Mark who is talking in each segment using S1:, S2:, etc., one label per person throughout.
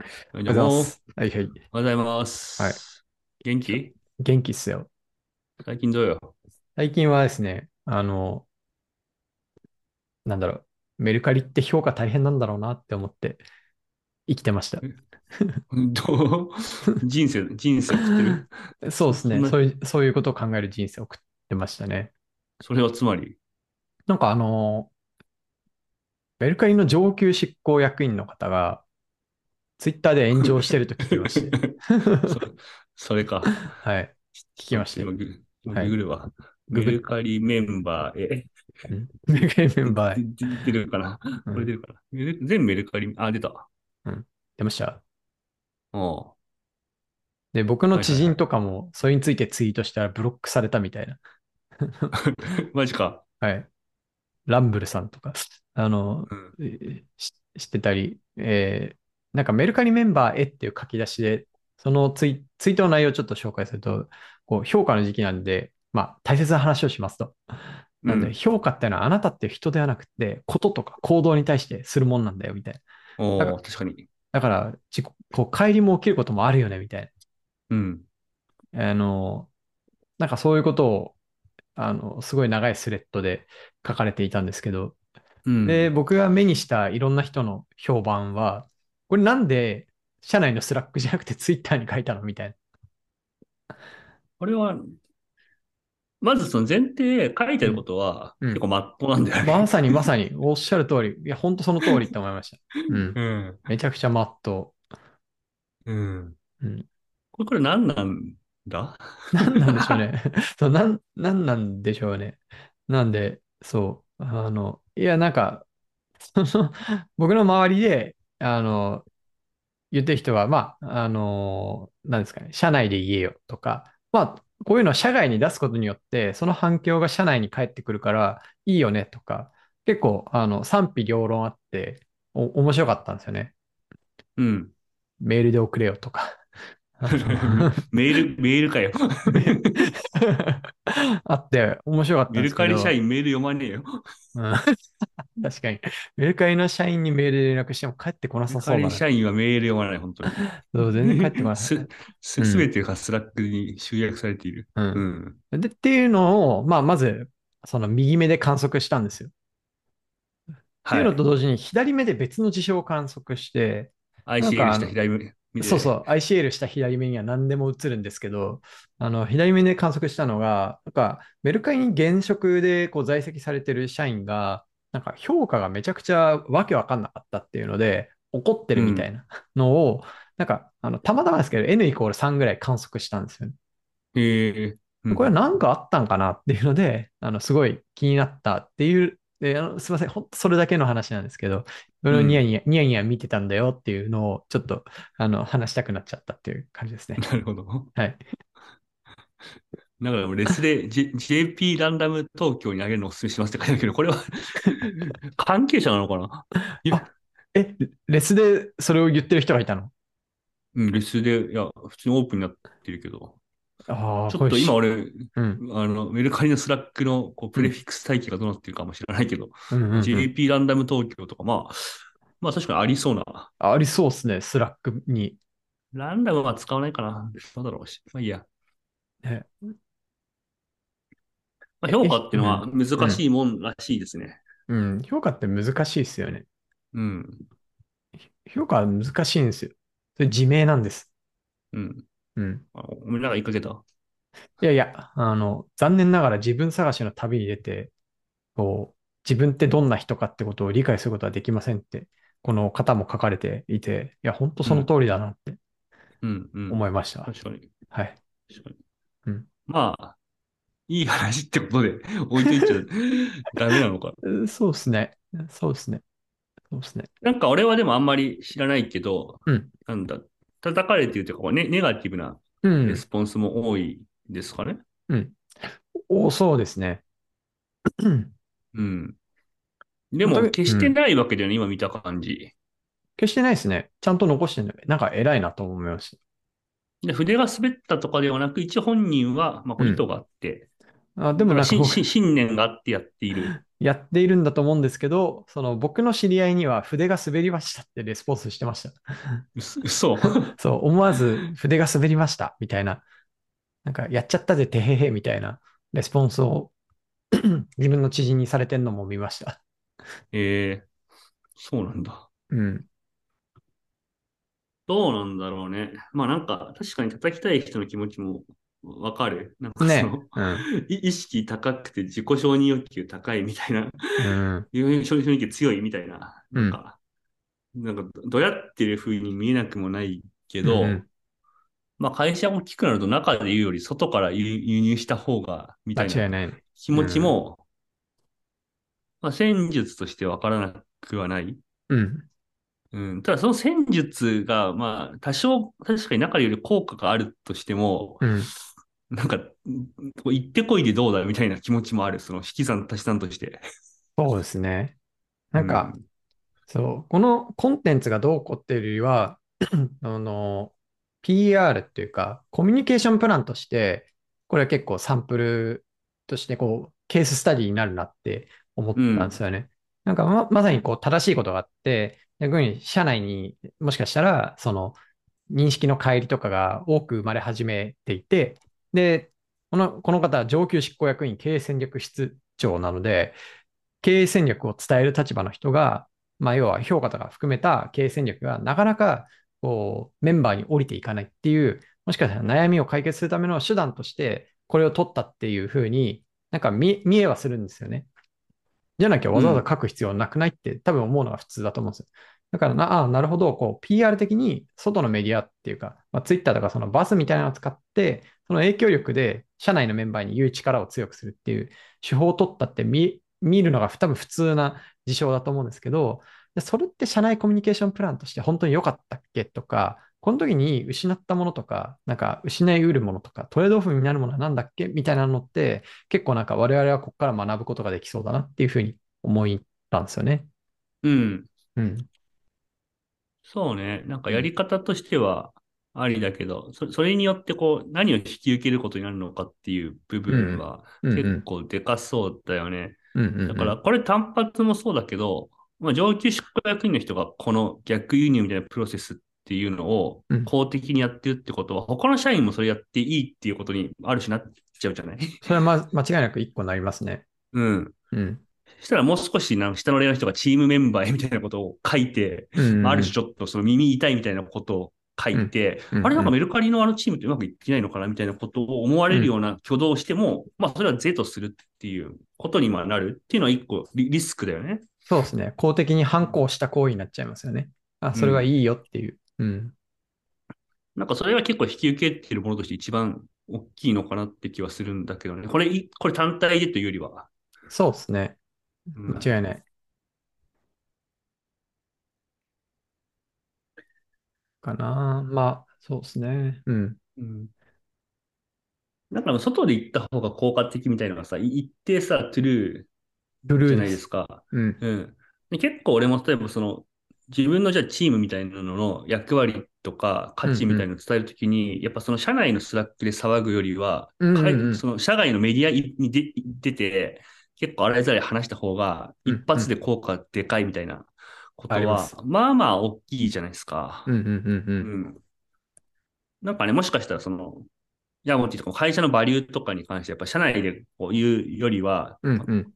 S1: はい
S2: おはようございます。はいはい。
S1: おはようございます。
S2: はい
S1: 元気
S2: 元気っすよ。
S1: 最近どうよ
S2: 最近はですね、あの、なんだろう、メルカリって評価大変なんだろうなって思って生きてました。
S1: どう人生、人生送ってる
S2: そうです
S1: そん
S2: ね
S1: な
S2: そういう、そういうことを考える人生を送ってましたね。
S1: それはつまり。
S2: なんかあの、メルカリの上級執行役員の方が、ツイッターで炎上してると聞きま して。
S1: それそれか。
S2: はい。聞きました
S1: 今
S2: よ。
S1: ググ
S2: はい
S1: グるわ。
S2: グ
S1: メ
S2: グ
S1: ルカリメンバーへ。
S2: うんメルカリメンバーへ。
S1: で出るかな
S2: うん
S1: これ出るかなメル全メルカリ、あ、出た。
S2: 出ました。
S1: おう
S2: で、僕の知人とかも、それについてツイートしたらブロックされたみたいな。
S1: マジか。
S2: はい。ランブルさんとか、あの、
S1: うん
S2: えーししてたり、えーなんかメルカリメンバーへっていう書き出しで、そのツイ、ツイートの内容をちょっと紹介すると、こう評価の時期なんで、まあ大切な話をしますと。なん
S1: う
S2: で
S1: ん
S2: 評価ってのはあなたっていう人ではなくて、こととか行動に対してするもんなんだよみたいな。
S1: お
S2: なん
S1: お確かに。
S2: だから、自己こう乖離も起きることもあるよねみたいな。
S1: うん。
S2: あの、なんかそういうことを、あの、すごい長いスレッドで書かれていたんですけど、
S1: うん、
S2: で、僕が目にしたいろんな人の評判は、これなんで社内のスラックじゃなくてツイッターに書いたのみたい
S1: これは、まずその前提、書いてることは、
S2: うんうん
S1: 結構真っ当なんだ
S2: な。
S1: よね。
S2: まさにまさにおっしゃる通り、いや、ほんとその通りって思いました。うん。
S1: うん。
S2: めちゃくちゃマット。
S1: うん。
S2: うん
S1: これ、これ何なんだ
S2: なん なんでしょうね。そう、なん、なんなんでしょうね。なんで、そう、あの、いや、なんか、 その、僕の周りで、あの、言ってる人は、まあ、あの、なんですかね、社内で言えよとか、まあ、こういうのは社外に出すことによって、その反響が社内に返ってくるから、いいよねとか、結構、あの、賛否両論あって、お、面白かったんですよね。
S1: うん。
S2: メールで送れよとか。あの
S1: メー ル、メールかよ。
S2: あって、面白かった
S1: メ
S2: んで
S1: ル
S2: すけ
S1: カ
S2: ど。
S1: リ社員メール読まねえよ。
S2: うん 確かに。メルカリの社員にメールで連絡しても帰ってこな
S1: メ
S2: さ
S1: ル
S2: そ
S1: カ
S2: うだ
S1: リ
S2: な。そ
S1: 社員はメール読まない、本当に。
S2: う、全然帰ってこな
S1: す
S2: い。、
S1: す、すべてがスラックに集約されている。
S2: う
S1: うんん。
S2: で、っていうのを、まあ、まず、その右目で観測したんですよ。って
S1: はいい。
S2: うのと同時に、左目で別の事象を観測して、
S1: ICL
S2: なんかあ
S1: し
S2: の
S1: た左目見て。
S2: そうそう、ICL した左目には何でも映るんですけど、あの左目で観測したのが、なんかメルカリに現職でこう在籍されてる社員が、なんか評価がめちゃくちゃわけわかんなかったっていうので、怒ってるみたいなのを、なんかあのたまたまですけど、N イコール3ぐらい観測したんですよね。
S1: へえうん
S2: これなんかあったんかなっていうので、 あのすごい気になったっていう、であのすいません、ほんとそれだけの話なんですけど、いろいろニヤニヤ、ニヤニヤ見てたんだよっていうのを、ちょっとあの話したくなっちゃったっていう感じですね。
S1: なるほど。
S2: はい。
S1: だから、レスで、J、JP ランダム東京にあげるのをお勧めしますって書いてあるけど、 これは関係者なのかないや、
S2: え、レスでそれを言ってる人がいたの
S1: うん、レスで、いや、普通にオープンになってるけど、
S2: ああ、
S1: ちょっ
S2: ことれ
S1: 今、俺、
S2: うん、
S1: あの、メルカリのスラックのこうプレフィックス待機がどうなってるかも知らないけど、
S2: うんうんうん
S1: JP ランダム東京とか、まあ、まあ確かにありそうな。
S2: ありそうですね、スラックに。
S1: ランダムは使わないかな。どうだろうし。まあいいや。
S2: ね
S1: まあ、評価っていうのは難しいもんらしいですね。
S2: うん、評価って難しいですよね。
S1: うん。
S2: 評価は難しいんですよ。それ自明なんです。
S1: うん。
S2: うん。
S1: あお前なんか言いかけた
S2: いやいや、あの、残念ながら自分探しの旅に出て、こう、自分ってどんな人かってことを理解することはできませんって、この方も書かれていて、いや、本当その通りだなって
S1: うんうん。
S2: 思いました。
S1: 確かに。
S2: はい。
S1: 確かに。
S2: うん
S1: まあ、いい話ってことで置いていっ ちゃうダメなのか。
S2: うんそうですね。そうですね。そうですね。
S1: なんか俺はでもあんまり知らないけど、
S2: うん
S1: なんだ、叩かれてるというか、こうね、ネガティブな
S2: うん
S1: レ。スポンスも多いですかね。
S2: うん。お、そうですね。 うん
S1: うん。で
S2: 本当
S1: も、
S2: に
S1: 決してないわけだよね、今見た感じ。
S2: 決してないですね。ちゃんと残してるのなんか偉いなと思いまし
S1: で筆が滑ったとかではなく、一応本人は、まあ、こう
S2: うん
S1: 意図があって、
S2: た。あ、でもなんか
S1: し
S2: 僕
S1: し信念があってやっている。
S2: やっているんだと思うんですけど、その僕の知り合いには筆が滑りましたってレスポンスしてました。
S1: うそ、嘘
S2: そう、思わず筆が滑りましたみたいな、なんかやっちゃったぜ、てへへみたいなレスポンスを 自分の知人にされてんのも見ました。
S1: えー、そうなんだ。
S2: うん。
S1: どうなんだろうね。まあなんか、確かに叩きたい人の気持ちもわかる。なんかそ
S2: ね
S1: の、
S2: うん。
S1: い意識高くて自己承認欲求高いみたいな、
S2: うん。
S1: 承認欲求強いみたいな、
S2: う
S1: なんんか、なんかどどやってる風に見えなくもないけど、
S2: うん
S1: まあ会社大きくなると中で言うより外から輸輸入した方が、みた
S2: 間
S1: い
S2: 違
S1: ない
S2: ないね。
S1: 気持ちも、まあ戦術としてわからなくはない。
S2: うん。
S1: うん、ただその戦術が、まあ、多少、確かに中より効果があるとしても、
S2: うん。
S1: なんか、うんこう行ってこいでどうだみたいな気持ちもある、その引き算足し算として。
S2: そうですね。なんか、
S1: うん、
S2: そう、このコンテンツがどうこうっていうよりは、 あの、PR っていうか、コミュニケーションプランとして、これは結構サンプルとして、こう、ケーススタディになるなって思ったんですよね。なんかま、まさにこう、正しいことがあって、逆に社内にもしかしたら、その、認識の乖離とかが多く生まれ始めていて、で、この、この方は上級執行役員経営戦略室長なので、経営戦略を伝える立場の人が、まあ、要は評価とか含めた経営戦略がなかなかこうメンバーに降りていかないっていう、もしかしたら悩みを解決するための手段として、これを取ったっていうふうに、なんか見見えはするんですよね。じゃなきゃわざわざ書く必要なくないって、多分思うのが普通だと思うんですよ。だからな、ああ、なるほど、こう、PR 的に外のメディアっていうか、まあ、Twitter とかそのバスみたいなのを使って、その影響力で社内のメンバーに言う力を強くするっていう手法を取ったって見見るのが多分普通な事象だと思うんですけど、でそれって社内コミュニケーションプランとして本当に良かったっけとか、この時に失ったものとか、なんか失いうるものとか、トレードオフになるものは何だっけみたいなのって、結構なんか我々はここから学ぶことができそうだなっていうふうに思ったんですよね。
S1: うん。
S2: うん。
S1: そうね。なんかやり方としてはありだけど、そそれによってこう、何を引き受けることになるのかっていう部分は
S2: うんう
S1: 結
S2: ん。
S1: 構でかそうだよね。
S2: うんうんうん
S1: だから、、これ単発もそうだけど、まあ、上級執行役員の人がこの逆輸入みたいなプロセスっていうのを
S2: うん
S1: 公的にやってるってことは、他の社員もそれやっていいっていうことにある種なっちゃうじゃない
S2: それは、ま、間違いなく一個になりますね。
S1: うん。
S2: うん。
S1: そしたらもう少しなんか下の例の人がチームメンバーへみたいなことを書いて、
S2: うん
S1: ある種ちょっとその耳痛いみたいなことを書いて、
S2: うんうん
S1: あれなんかメルカリのあのチームってうまくいってないのかなみたいなことを思われるような挙動をしても、まあそれは是とするっていうことにまあなるっていうのは一個リリスクだよね。
S2: そうですね。公的に反抗した行為になっちゃいますよね。あ、それはいいよっていう。うん。
S1: なんかそれは結構引き受けてるものとして一番大きいのかなって気はするんだけどね。これい、これ単体でというよりは。
S2: そうですね。
S1: うん
S2: 間違いない。かな。まあ、そうですね。うん。
S1: うんなんか外で行った方が効果的みたいなのがさ、い一定さ、トゥル
S2: ブ
S1: ー
S2: ル
S1: じゃ
S2: ー
S1: ない
S2: で
S1: です
S2: す。
S1: か。
S2: うん。
S1: うん。で結構俺も例えばその、自分のじゃあチームみたいなのの役割とか価値みたいなのを伝えるときに、やっぱその社内のスラックで騒ぐよりは、
S2: うんうんう
S1: か
S2: ん
S1: いその社外のメディアに出出て、結構あらざら話した方が、
S2: うん
S1: 一発で効果でかいみたいなこと
S2: ありま
S1: は
S2: す、
S1: まあまあ大きいじゃないですか
S2: う。んうんう
S1: うんん。なんかね、もしかしたらその、ヤモティとかも会社のバリューとかに関して、やっぱ社内でこう言うよりは、
S2: うん。うんうん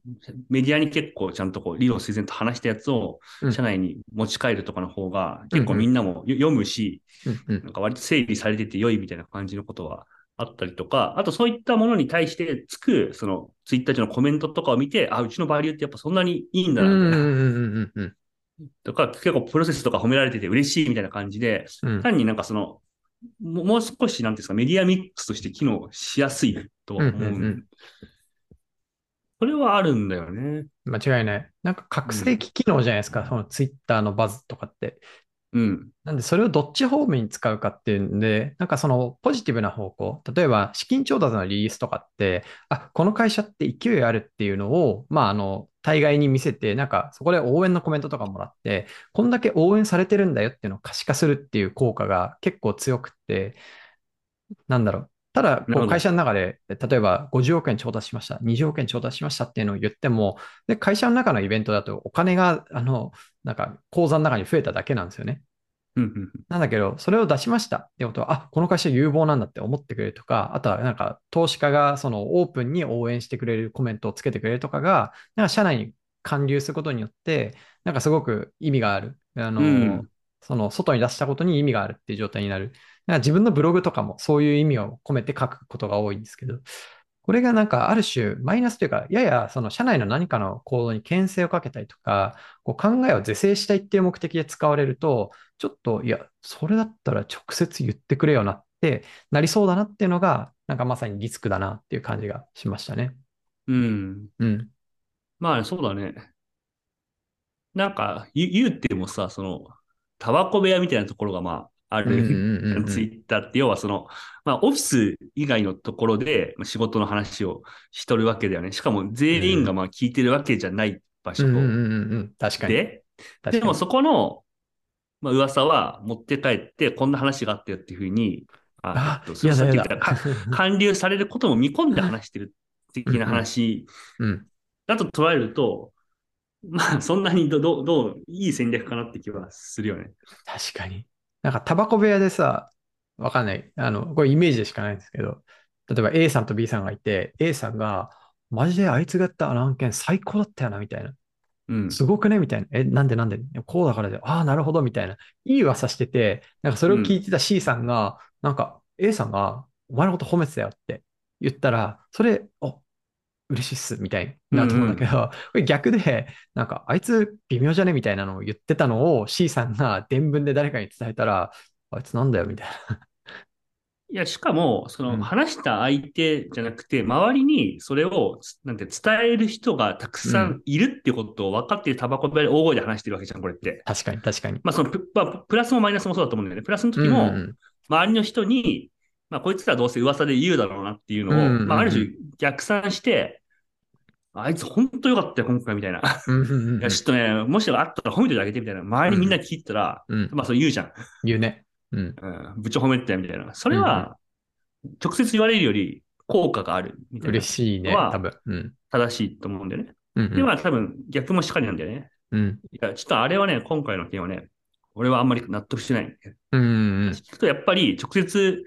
S1: メディアに結構ちゃんとこう理路整然と話したやつを
S2: うん
S1: 社内に持ち帰るとかの方が
S2: うんうん
S1: 結構みんなもよ読むし、
S2: うんうん
S1: なんか割と整理されてて良いみたいな感じのことはあったりとか、あとそういったものに対してつくそのツイッター上のコメントとかを見て、あ、うちのバリューってやっぱそんなにいいんだ
S2: う
S1: なみ
S2: ん
S1: たいな。
S2: うんうんうん
S1: とか、結構プロセスとか褒められてて嬉しいみたいな感じで、
S2: うん
S1: 単になんかその、ももう少し、なんていうんですか、メディアミックスとして機能しやすいとは思う。
S2: うんうんうん
S1: それはあるんだよね。
S2: 間違いない。なんか覚醒器機能じゃないですか、そのツイッターのバズとかって。
S1: うん。
S2: なんで、それをどっち方面に使うかっていうんで、なんかそのポジティブな方向、例えば資金調達のリリースとかって、あ、この会社って勢いあるっていうのを、まあ、あの、対外に見せて、なんかそこで応援のコメントとかもらって、こんだけ応援されてるんだよっていうのを可視化するっていう効果が結構強くって、なんだろう、ただ、
S1: なるほ
S2: こう
S1: ど
S2: 会社の中で、例えば50億円調達しました、20億円調達しましたっていうのを言っても、で、会社の中のイベントだとお金が、あの、なんか口座の中に増えただけなんですよね。
S1: うんうんうん
S2: なんだけど、それを出しましたってことは、あ、この会社有望なんだって思ってくれるとか、あとはなんか投資家がそのオープンに応援してくれるコメントをつけてくれるとかが、なんか社内に還流することによって、なんかすごく意味がある。あの、
S1: うん
S2: その外に出したことに意味があるっていう状態になる。なんか自分のブログとかもそういう意味を込めて書くことが多いんですけど、これがなんかある種マイナスというか、ややその社内の何かの行動に牽制をかけたりとか、こう考えを是正したいっていう目的で使われると、ちょっと、いや、それだったら直接言ってくれよなってなりそうだなっていうのが、なんかまさにリスクだなっていう感じがしましたね。
S1: うん。
S2: うん。
S1: まあ、そうだね。なんか、ゆ言うてもさ、その、タバコ部屋みたいなところが、まあ、あ
S2: うんうん
S1: る。
S2: うんうん
S1: ツイッターって、要はその、まあ、オフィス以外のところでまあ仕事の話をしとるわけだよね。しかも、全員がまあ聞いてるわけじゃない場所
S2: うんうんうんうん。確かに。
S1: で、
S2: 確か
S1: で
S2: に
S1: もそこの、まあ、噂は持って帰って、こんな話があったよっていうふうに、あ
S2: あ
S1: えっと、それ
S2: や
S1: さっ
S2: だ
S1: き言
S2: や
S1: った
S2: だ。
S1: か 還流されることも見込んで話してる的な話
S2: うん。
S1: だと捉えると、まあ、そんなにど、どう、どう、いい戦略かなって気はするよね。
S2: 確かに。なんか、タバコ部屋でさ、わかんない。あの、これイメージでしかないんですけど、例えば A さんと B さんがいて、A さんが、マジであいつがやったあの案件最高だったよな、みたいな。
S1: うん。
S2: すごくねみたいな。え、なんでなんでこうだからで、ああ、なるほどみたいな。いい噂してて、なんかそれを聞いてた C さんが、なんか A さんが、お前のこと褒めてたよって言ったら、それ、お嬉しいっすみたいになると思うんだけど、これ逆で、なんかあいつ微妙じゃねみたいなのを言ってたのを C さんが伝聞で誰かに伝えたら、あいつなんだよみたい
S1: いや、しかも、そ
S2: うん
S1: の、話した相手じゃなくて、周りにそれを、なんて、伝える人がたくさ
S2: うん
S1: いるってことを分かってるタバコ部屋で大声で話してるわけじゃん、これって。
S2: な。確かに確かに。
S1: まあ、そのプ、まあ、プラスもマイナスもそうだと思うんだよね。プラスの時
S2: うんう
S1: も、
S2: ん
S1: 周りの人に、まあ、こいつらどうせ噂で言うだろうなっていう
S2: うんうん
S1: の
S2: う
S1: を、
S2: ん
S1: まあ、ある種逆算して、あいつ本当よかったよ、今回みたいな。い
S2: うんうんうんうん
S1: や、ちょっとね、もしあったら褒めてあげてみたいな。周りみんな聞いたら、
S2: うん
S1: まあ、そう言うじゃん。
S2: 言うね。うん。
S1: うん、部長褒めてたよみたいな。それは、直接言われるより効果があるみたいな
S2: 嬉。しいね、
S1: は
S2: 多分。うん。
S1: 正しいと思うんだよね。
S2: うんうん
S1: で、まあ、多分逆もしかりなんだよね。
S2: うん。
S1: いや、ちょっとあれはね、今回の件はね、俺はあんまり納得してない。
S2: うんうんうん
S1: 聞くとやっぱり直接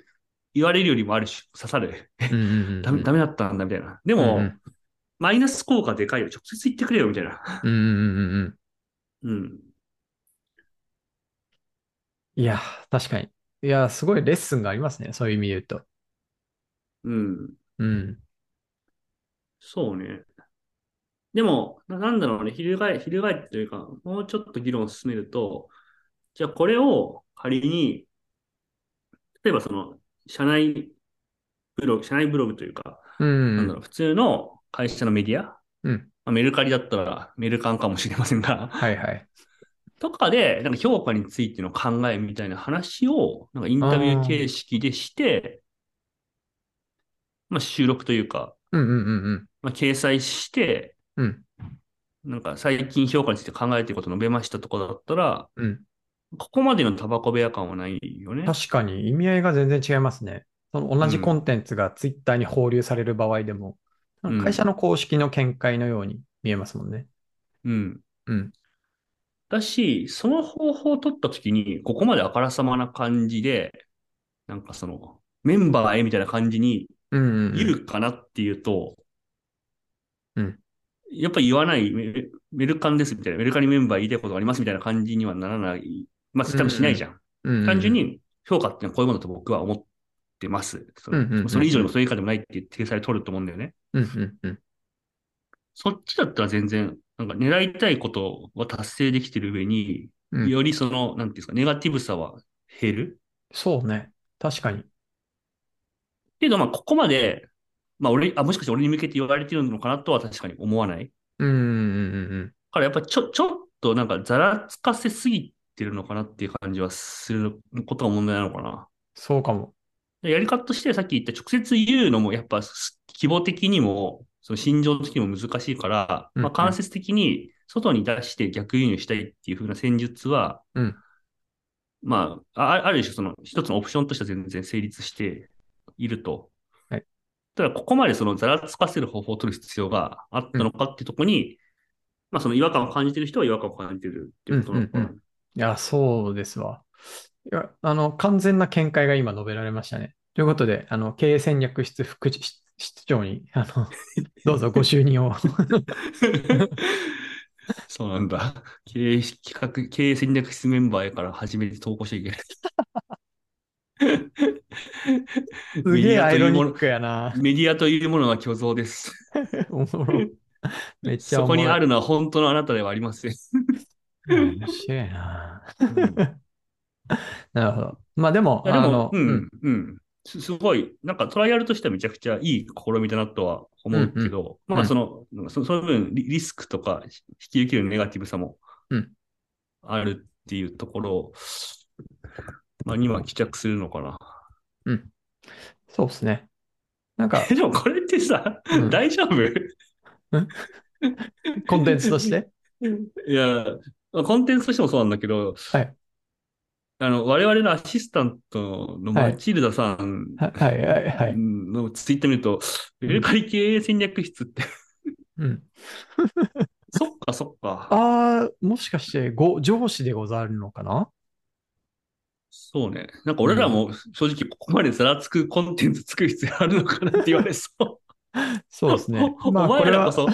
S1: 言われるよりもある種刺さる。
S2: うんうんうんうん。
S1: ダメダメだったんだみたいな。で
S2: うん
S1: も、
S2: うん
S1: マイナス効果でかいよ。直接言ってくれよみたいな。
S2: うんうんうんうん。
S1: うん。
S2: いや、確かに。いや、すごいレッスンがありますね。そういう意味で言うと。
S1: うん。
S2: うん。
S1: そうね。でも、ななんだろうね、翻え、翻ってというか、もうちょっと議論を進めると、じゃあこれを仮に、例えばその、社内ブログ、社内ブログというか、
S2: うん。
S1: なんだろう、普通の会社のメディア、
S2: うん。
S1: まあ、メルカリだったらメルカンかもしれませんが、
S2: はいはい。
S1: とかで、なんか評価についての考えみたいな話を、なんかインタビュー形式でして、まあ収録というか、
S2: うんうんうんうん。
S1: まあ掲載して、
S2: うん
S1: なんか最近評価について考えていること述べましたとかだったら、
S2: うん。
S1: ここまでのタバコ部屋感はないよね。
S2: 確かに意味合いが全然違いますね。その同じ
S1: うん
S2: コンテンツがツイッターに放流される場合でも、
S1: うん
S2: 会社の公式の見解のように見えますもんね。
S1: うん。
S2: うん。
S1: だし、その方法を取ったときに、ここまであからさまな感じで、なんかその、メンバーへみたいな感じに
S2: うんうんうん
S1: 言うかなっていうと、
S2: うん
S1: やっぱり言わない、メルメルカンですみたいな、メルカリメンバー言いたいことがありますみたいな感じにはならない、まあ、多分しないじゃん。
S2: うんうんうん
S1: 単純に評価ってのはこういうものだと僕は思ってます。それ
S2: うんうんうん
S1: それ以上にもそれ以下でもないっていう体裁を取ると思うんだよね。
S2: うんうんうん。
S1: そっちだったら全然、なんか狙いたいことは達成できてる上に、
S2: うん
S1: よりその、なんていうんですか、ネガティブさは減る。
S2: そうね。確かに。
S1: けど、まあ、ここまで、まあ、俺、あ、もしかして俺に向けて言われてるのかなとは確かに思わない。
S2: うんうんうんうん。
S1: だからやっぱちょ、ちょっとなんかざらつかせすぎてるのかなっていう感じはすることが問題なのかな。
S2: そうかも。
S1: でやり方としてさっき言った直接言うのもやっぱす規模的にも、その心情的にも難しいから、
S2: うん
S1: まあ、間接的に外に出して逆輸入したいっていう風な戦術は、
S2: うん
S1: まあ、あある種その一つのオプションとしては全然成立しているとただ、ここまでそのざらつかせる方法を取る必要があったのかっていうところに、まあ、その違和感を感じてる人は違和感を感じてるっていうことなのかな。
S2: うんうんいや、そうですわ。いや、あの、完全な見解が今述べられましたね。ということで、あの、経営戦略室副室室長に、あ の、どうぞご就任を。
S1: そうなんだ。経営企画、経営戦略室メンバーやから初めて投稿しちゃいけない。
S2: すげえアイロニ
S1: メディアというも
S2: ックやな。
S1: のメディアというものは虚像です。
S2: おもろ。めっち
S1: そ
S2: ゃおも
S1: こ
S2: ろい
S1: にあるのは本当のあなたではありま せん。
S2: 面白いな。なるほど。まあでも、
S1: いやで
S2: あ
S1: も
S2: の、、
S1: うん、うん。すすごい、なんかトライアルとしてはめちゃくちゃいい試みだなとは思うけど、
S2: うん
S1: まあその、そその分リリスクとかひ引き受けるネガティブさも
S2: うん
S1: あるっていうところを、まあには帰着するのかな。
S2: そうですね。なん か、
S1: えでもこれってさ、
S2: うん
S1: 大丈夫
S2: コンテンツとして。
S1: いや、まあコンテンツとしてもそうなんだけど、
S2: はい
S1: あの、我々のアシスタントのマチルダさん
S2: ははいはいはい。
S1: のツイッター見ると、ウェルカリ経営戦略室って、
S2: うん、
S1: そっかそっか。
S2: ああ、もしかしてご、上司でござるのかな
S1: そうね。なんか俺らも正直ここまでざらつくコンテンツ作る必要あるのかなって言われそう。
S2: そうですね
S1: 。お
S2: まあ、こ
S1: 前
S2: れ
S1: らこ
S2: は、
S1: そ、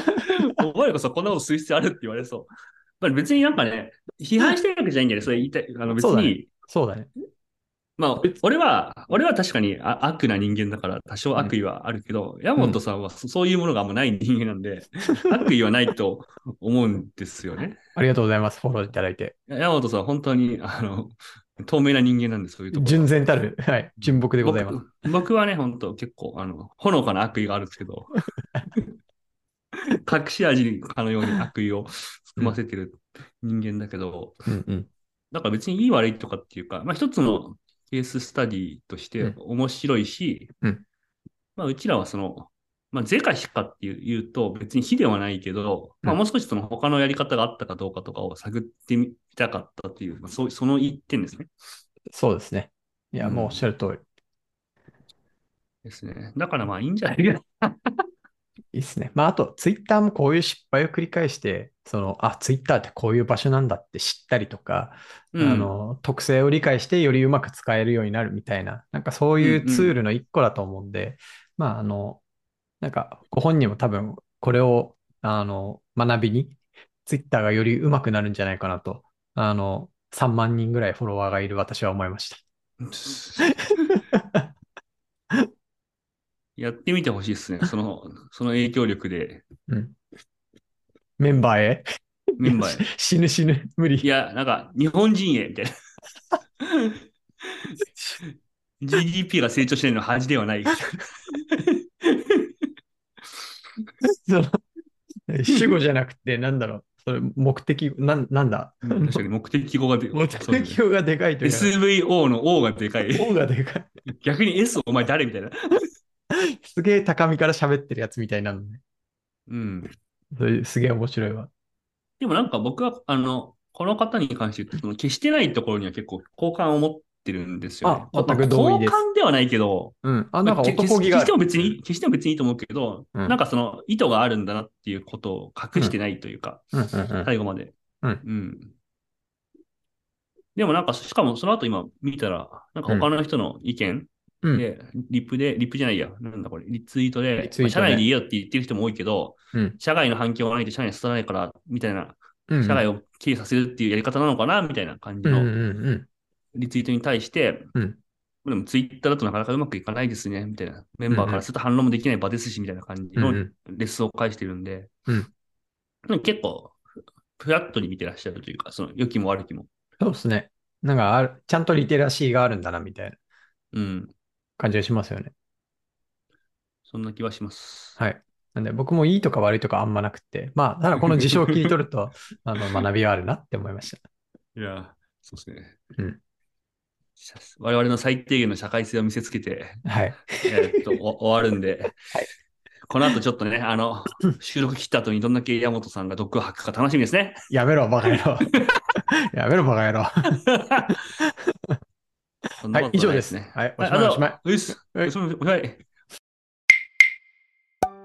S1: お前らこそこんなことする必要あるって言われそう。まあ、別になんかね、批判してるわけじゃないんだよね。それ言いたい。あの別
S2: そうだね
S1: に、
S2: そうだね。
S1: まあ、俺は、俺は確かにあ悪な人間だから多少悪意はあるけど、山本さんはそそういうものがあんまない人間なん で、悪意はないと思うんですよね。
S2: ありがとうございます。フォローいただいて。
S1: 山本さんは本当に、あの、透明な人間なんで、そういうところ。
S2: 純然たる、はい、純朴でございます。
S1: 僕僕はね、本当結構、あの、ほのかな悪意があるんですけ ど、隠し味かのように悪意を含ませてる人間だけど、
S2: うんうん。
S1: だから別にいい悪いとかっていうか、まあ、一つのケーススタディとして面白いし、
S2: うん
S1: まあ、うちらはその、まあ、是か非かっていう言うと別に非ではないけど、まあ、
S2: うん
S1: もう少しその他のやり方があったかどうかとかを探ってみたかったという、まあ、そうその一点ですね。
S2: そうですね。いや、
S1: うん
S2: もうおっしゃる通
S1: ですね。だからまあいいんじゃないかな。
S2: り。いいですね。まあ、あと、ツイッターもこういう失敗を繰り返して、その、あ、ツイッターってこういう場所なんだって知ったりとか、
S1: うん
S2: あの、特性を理解してよりうまく使えるようになるみたいな、なんかそういうツールの一個だと思うんで、まあ、あの、なんかご本人も多分これを、あの、学びに、ツイッターがよりうまくなるんじゃないかなと、あの、3万人ぐらいフォロワーがいる私は思いました。
S1: やってみてほしいですね。その、その影響力で
S2: うん。メンバーへ
S1: メンバーへ。
S2: 死ぬ死ぬ、無
S1: い
S2: 理。
S1: や、なんか、日本人へ、みたいな。GDP が成長してるのは恥ではない。
S2: その主語じゃなくて、なんだろう、それ目的、なんなんだ、
S1: 確かに目的語がで
S2: 目
S1: そう
S2: 的がでかいというか、
S1: SVO の O がでか い。
S2: O がでかい。
S1: 逆に S お前誰みたいな。
S2: すげえ高みから喋ってるやつみたいなのね。
S1: うん。
S2: そういうすげえ面白いわ。
S1: でもなんか僕は、あの、この方に関して言うと、その消してないところには結構好感を持ってるんですよ、ね。
S2: あ全く同意です
S1: 好感ではないけど、
S2: うん。あ、なんか
S1: まあけ
S2: 男気が
S1: 消し消して
S2: ある。
S1: も別に、消しても別にいいと思うけど、
S2: うん
S1: なんかその意図があるんだなっていうことを隠してないというか、
S2: うんうんうん。
S1: 最後まで。
S2: うん
S1: でもなんか、しかもその後今見たら、なんか他の人の意見
S2: うん
S1: で、リップで、リップじゃないや、なんだこれ、リツイート
S2: リ
S1: で、
S2: ツイートね
S1: まあ社内で言えよって言ってる人も多いけど、
S2: うん
S1: 社外の反響がないと社内に伝わらないから、みたいな、
S2: うんうん
S1: 社外を経営させるっていうやり方なのかな、みたいな感じ
S2: うんう
S1: の
S2: んうん。
S1: リツイートに対して、
S2: うん
S1: でもツイッターだとなかなかうまくいかないですね、みたいな。メンバーからすると反論もできない場ですし、みたいな感じ
S2: うんう
S1: の
S2: ん
S1: レッスンを返してるんで、
S2: うん
S1: でも結構、フラットに見てらっしゃるというか、その良きも悪きも。
S2: そうですね。なんかある、ちゃんとリテラシーがあるんだな、みたいな
S1: うん。
S2: 感じがしますよね。
S1: そんな気はします。
S2: はい。なんで僕もいいとか悪いとかあんまなくて、まあ、ただこの事象を切り取る と、あの、学びはあるなって思いました。
S1: いや、そうですね。
S2: うん
S1: 我々の最低限の社会性を見せつけて、
S2: はい。
S1: えーっと、お 終わるんで、この後ちょっとね、あの、 収録切った後にどんだけ山本さんが毒を吐くか楽しみですね。
S2: やめろ、バカ野郎。 やめろ、バカ野郎。は、
S1: そんなことない
S2: 以上です。
S1: ね。
S2: はい、お
S1: はい Uh,
S2: しまいおし
S1: あり
S2: まい。
S1: がとうございますうっす
S2: はい
S1: おしまいおしまい。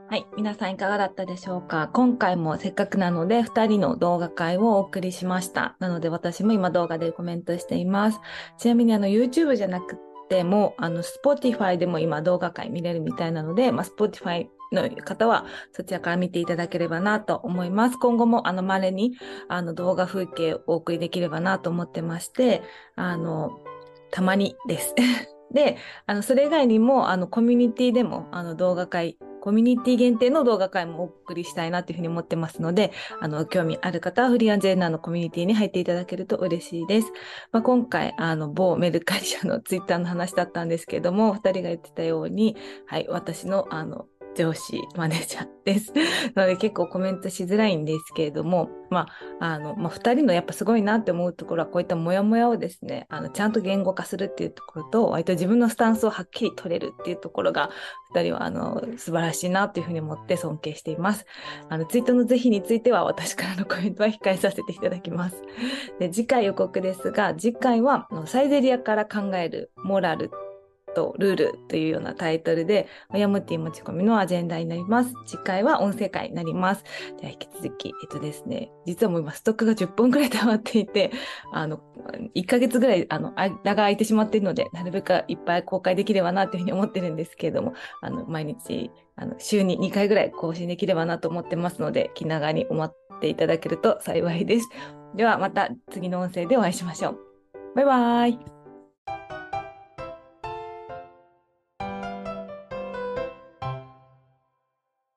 S3: はい、皆さんいかがだったでしょうか今回もせっかくなので2人の動画会をお送りしました。なので私も今動画でコメントしています。ちなみにあの YouTube じゃなくても、あの Spotify でも今動画会見れるみたいなので、まあ、Spotify の方はそちらから見ていただければなと思います。今後もあの稀にあの動画風景をお送りできればなと思ってまして、あの、たまにです。 で、あの、それ以外にも、あの、コミュニティでも、あの、動画会、コミュニティ限定の動画会もお送りしたいなというふうに思ってますので、あの、興味ある方はフリーアンジェンナーのコミュニティに入っていただけると嬉しいです。まあ、今回、あの、某メルカリ社のツ イッターの話だったんですけども、お二人が言ってたように、はい、私の、あの、上司、マネージャーです。 なので結構コメントしづらいんですけれども、まあ、あの、まあ、二人のやっぱすごいなって思うところは、こういったモヤモヤをですね、あの、ちゃんと言語化するっていうところと、割と自分のスタンスをはっきり取れるっていうところが、二人は、あの、素晴らしいなというふうに思って尊敬しています。あの、ツイートの是非については、私からのコメントは控えさせていただきます。で、次回予告ですが、次回は、あのサイゼリアから考えるモラルとルールというようなタイトルで、ヤムティ持ち込みのアジェンダになります。次回は音声会になります。では引き続き、えっとですね、実はもう今ストックが10本くらい溜まっていて、あの、1ヶ月ぐらい、あの、間が空いてしまっているので、なるべくいっぱい公開できればなというふうに思ってるんですけれども、あの、毎日、あの、週に2回ぐらい更新できればなと思ってますので、気長にお待っていただけると幸いです。ではまた次の音声でお会いしましょう。バイバイ。